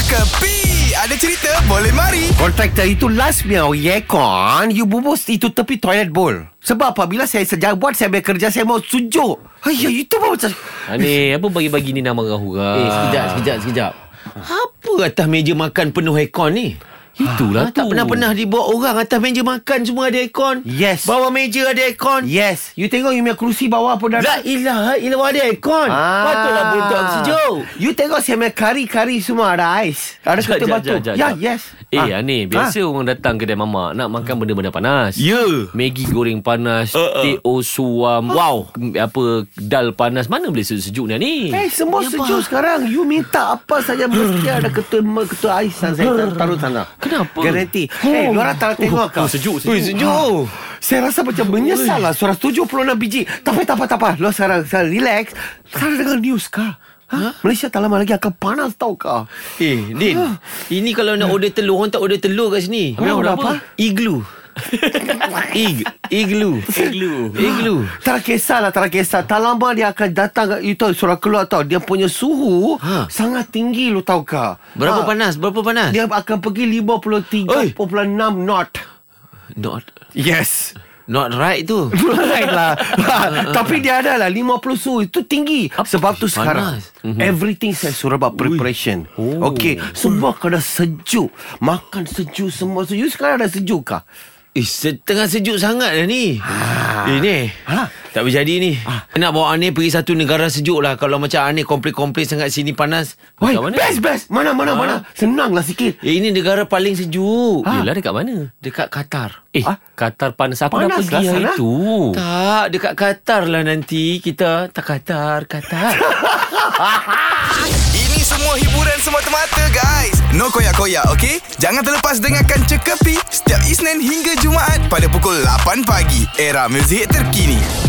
Kepi Ada cerita boleh mari Kontraktor itu last punya Yekon You bubus itu tepi toilet bowl Sebab apabila saya sejabat Saya bekerja Saya mau sujuk Ayah itu pun macam Ani apa bagi-bagi ni nama Eh, orang-orang sekejap, sekejap, sekejap. Apa atas meja makan penuh aircon ni? Itulah Tak pernah-pernah dibawa orang atas meja makan semua ada aircon. Yes. Bawah meja ada aircon. Yes You tengok you punya kerusi bawah pun dah La Lah, ilaha illallah ada aircon. Ah. Patutlah budak sejuk. You tengok saya punya kari-kari semua ada ais Ada Jap, kereta jap, batu jap, jap, Ya jap. yes Eh Ah. ha. Ani Biasa ha. orang datang kedai mamak Nak makan benda-benda panas Ya. Maggi goreng panas uh, uh. Teh o suam Wow Apa Dal panas Mana boleh sejuk-sejuk ni Ani Eh semua ya, sejuk sekarang You minta apa saja Mesti ada ketua ketua ais yang Saya tar- taruh sana Kenapa? Garanti Eh hey, orang tak tengok kau Oh, sejuk, sejuk. Ui, sejuk Saya rasa macam menyesal lah Suara 76 biji Tak apa tak apa tak apa Lo sekarang saya relax Sekarang dengar news kah Ha? Malaysia tak lama lagi akan panas tau kau Eh, Din. Ini kalau nak order telur, orang tak order telur kat sini. Orang order apa? Iglu. Ig, iglu. Iglu. Iglu. Tak kisahlah, tak kisah. Tak lama dia akan datang kat you tahu, suruh keluar tau. Dia punya suhu Ha. sangat tinggi lu tahu kah? Berapa Ah. Ha. panas? Berapa panas? Dia akan pergi 53.6 knot. Not Yes. not right tu. Right lah Ha, Tapi dia ada lah 50 suhu Itu tinggi Apa? Sebab tu Panas. Mhm. sekarang Everything saya suruh about preparation Oh. Okay Semua kena sejuk Makan sejuk semua sejuk You sekarang ada sejuk kah? Eh, setengah sejuk sangat lah ni. Ah. Eh, ni. Ha. Tak berjadi ni. Ah. Nak bawa Anir pergi satu negara sejuk lah. Kalau macam Anir komplain-komplain sangat sini panas. Why? mana? Best best Mana Ah. mana mana Senang lah sikit Eh, ini negara paling sejuk. ha. Yelah dekat mana Dekat Qatar. Eh Ah. ha? Qatar panas Aku Panas dah pergi lah hari sana. tu Tak, dekat Qatar lah nanti. Kita tak Qatar, Qatar. Ini semua hiburan semata-mata guys No koyak-koyak ok Jangan terlepas dengarkan Cekapi Setiap Isnin hingga Jumaat Pada pukul 8 pagi Era muzik terkini